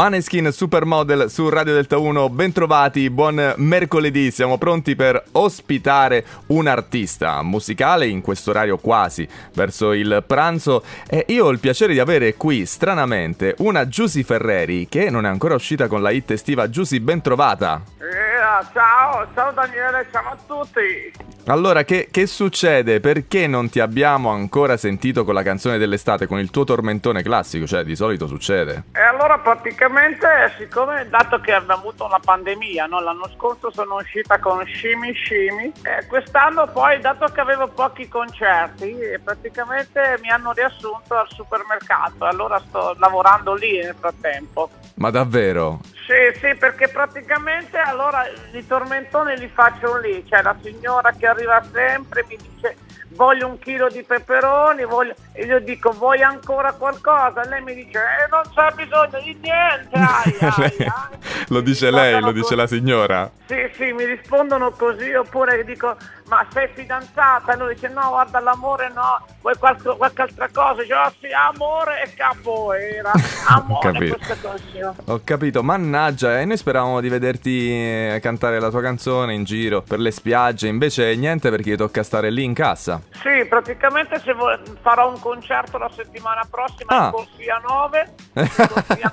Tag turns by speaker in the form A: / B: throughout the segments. A: Maneskin Supermodel su Radio Delta 1, bentrovati, buon mercoledì, siamo pronti per ospitare un artista musicale in questo orario quasi verso il pranzo e io ho il piacere di avere qui stranamente una Giusy Ferreri che non è ancora uscita con la hit estiva Giusy bentrovata.
B: Eh, ciao, ciao Daniele, ciao a tutti.
A: Allora che, che succede? Perché non ti abbiamo ancora sentito con la canzone dell'estate, con il tuo tormentone classico, cioè di solito succede.
B: E allora praticamente, siccome dato che abbiamo avuto la pandemia, no? l'anno scorso sono uscita con Shimi Shimi, eh, quest'anno poi, dato che avevo pochi concerti, eh, praticamente mi hanno riassunto al supermercato, allora sto lavorando lì nel frattempo.
A: Ma davvero?
B: Sì, sì, perché praticamente allora i tormentoni li faccio lì, cioè la signora che arriva sempre mi dice voglio un chilo di peperoni, voglio... e io dico vuoi ancora qualcosa? Lei mi dice eh, non c'è bisogno di niente, aia, aia.
A: lo
B: Mi
A: dice lei, lo
B: rispondono
A: dice la
B: così.
A: signora.
B: Sì, sì, mi rispondono così oppure dico ma sei fidanzata? E lui dice no, guarda l'amore no, vuoi qualche, qualche altra cosa? Dice oh sì, amore e capoeira, amore,
A: Capito.
B: questo consiglio.
A: Ho capito, mannaggia, e noi speravamo di vederti eh, cantare la tua canzone in giro per le spiagge, invece niente perché ti tocca stare lì in cassa.
B: Sì, praticamente se vo- farò un concerto la settimana prossima
A: Ah.
B: in Corsia 9, in Corsia-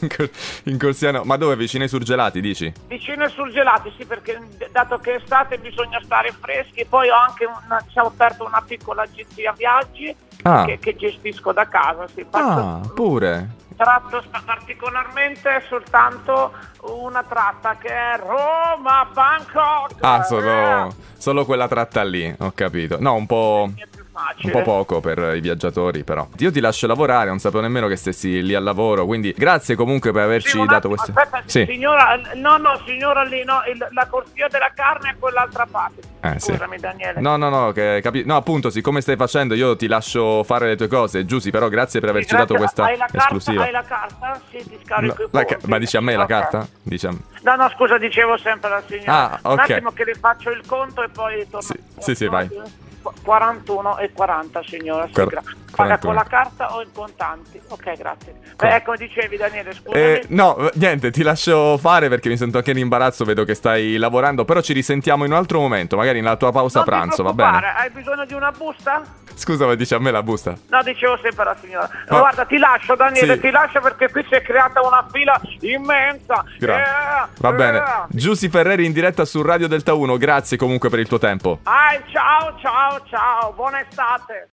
A: in, cor- in Corsiano, ma dove? Vicino ai surgelati, dici?
B: vicino ai surgelati, sì, perché d- dato che è estate bisogna stare freschi. Poi ho anche una, ci ho aperto una piccola agenzia viaggi
A: Ah.
B: che, che gestisco da casa. Sì,
A: Ah,
B: faccio-
A: pure.
B: Tratto sp- particolarmente soltanto una tratta che è Roma-Bangkok.
A: Ah,
B: Eh,
A: solo, solo quella tratta lì, ho capito. No, un po'...
B: è più facile.
A: Un po' poco per i viaggiatori, però. Io ti lascio lavorare, non sapevo nemmeno che stessi lì al lavoro, quindi grazie comunque per averci
B: Sì, un
A: dato
B: attimo,
A: questo.
B: aspetta,
A: Sì,
B: signora, no, no, signora lì, no, il- la corsia della carne è quell'altra parte.
A: Eh, sì.
B: Scusami, Daniele.
A: no, no, no, che capi- no, appunto, siccome stai facendo, io ti lascio fare le tue cose, Giussi, però grazie per
B: Sì,
A: averci
B: grazie.
A: dato questa
B: hai la carta,
A: esclusiva.
B: Hai la carta? Sì, ti
A: No,
B: scarico i
A: la
B: conti.
A: ca- ma dici a me la
B: Ok.
A: carta? Dici a me.
B: No, no, scusa, dicevo sempre alla signora.
A: Ah, ok.
B: Un attimo che le faccio il conto e poi torno.
A: Sì, sì, sì, vai.
B: Qu- 41 e 40, signora. Sì,
A: Quar-
B: gra- Paga
A: 41.
B: con la carta o in contanti? Ok, grazie.
A: Qua-
B: Beh, ecco, dicevi, Daniele, scusami.
A: Eh, no, niente, ti lascio fare perché mi sento anche in imbarazzo, vedo che stai lavorando, però ci risentiamo in un altro momento, magari nella tua pausa
B: non ti
A: pranzo, va
B: preoccupare,
A: bene?
B: Hai bisogno di una busta?
A: Scusa, ma dici a me la busta?
B: No, dicevo sempre alla signora.
A: Ma-
B: Guarda, ti lascio Daniele,
A: Sì.
B: ti lascio perché qui si è creata una fila immensa.
A: Grazie.
B: Eh,
A: Va bene.
B: eh.
A: Giussi Ferreri in diretta su Radio Delta 1. Grazie comunque per il tuo tempo.
B: Ai, ciao, ciao, ciao. Buona estate.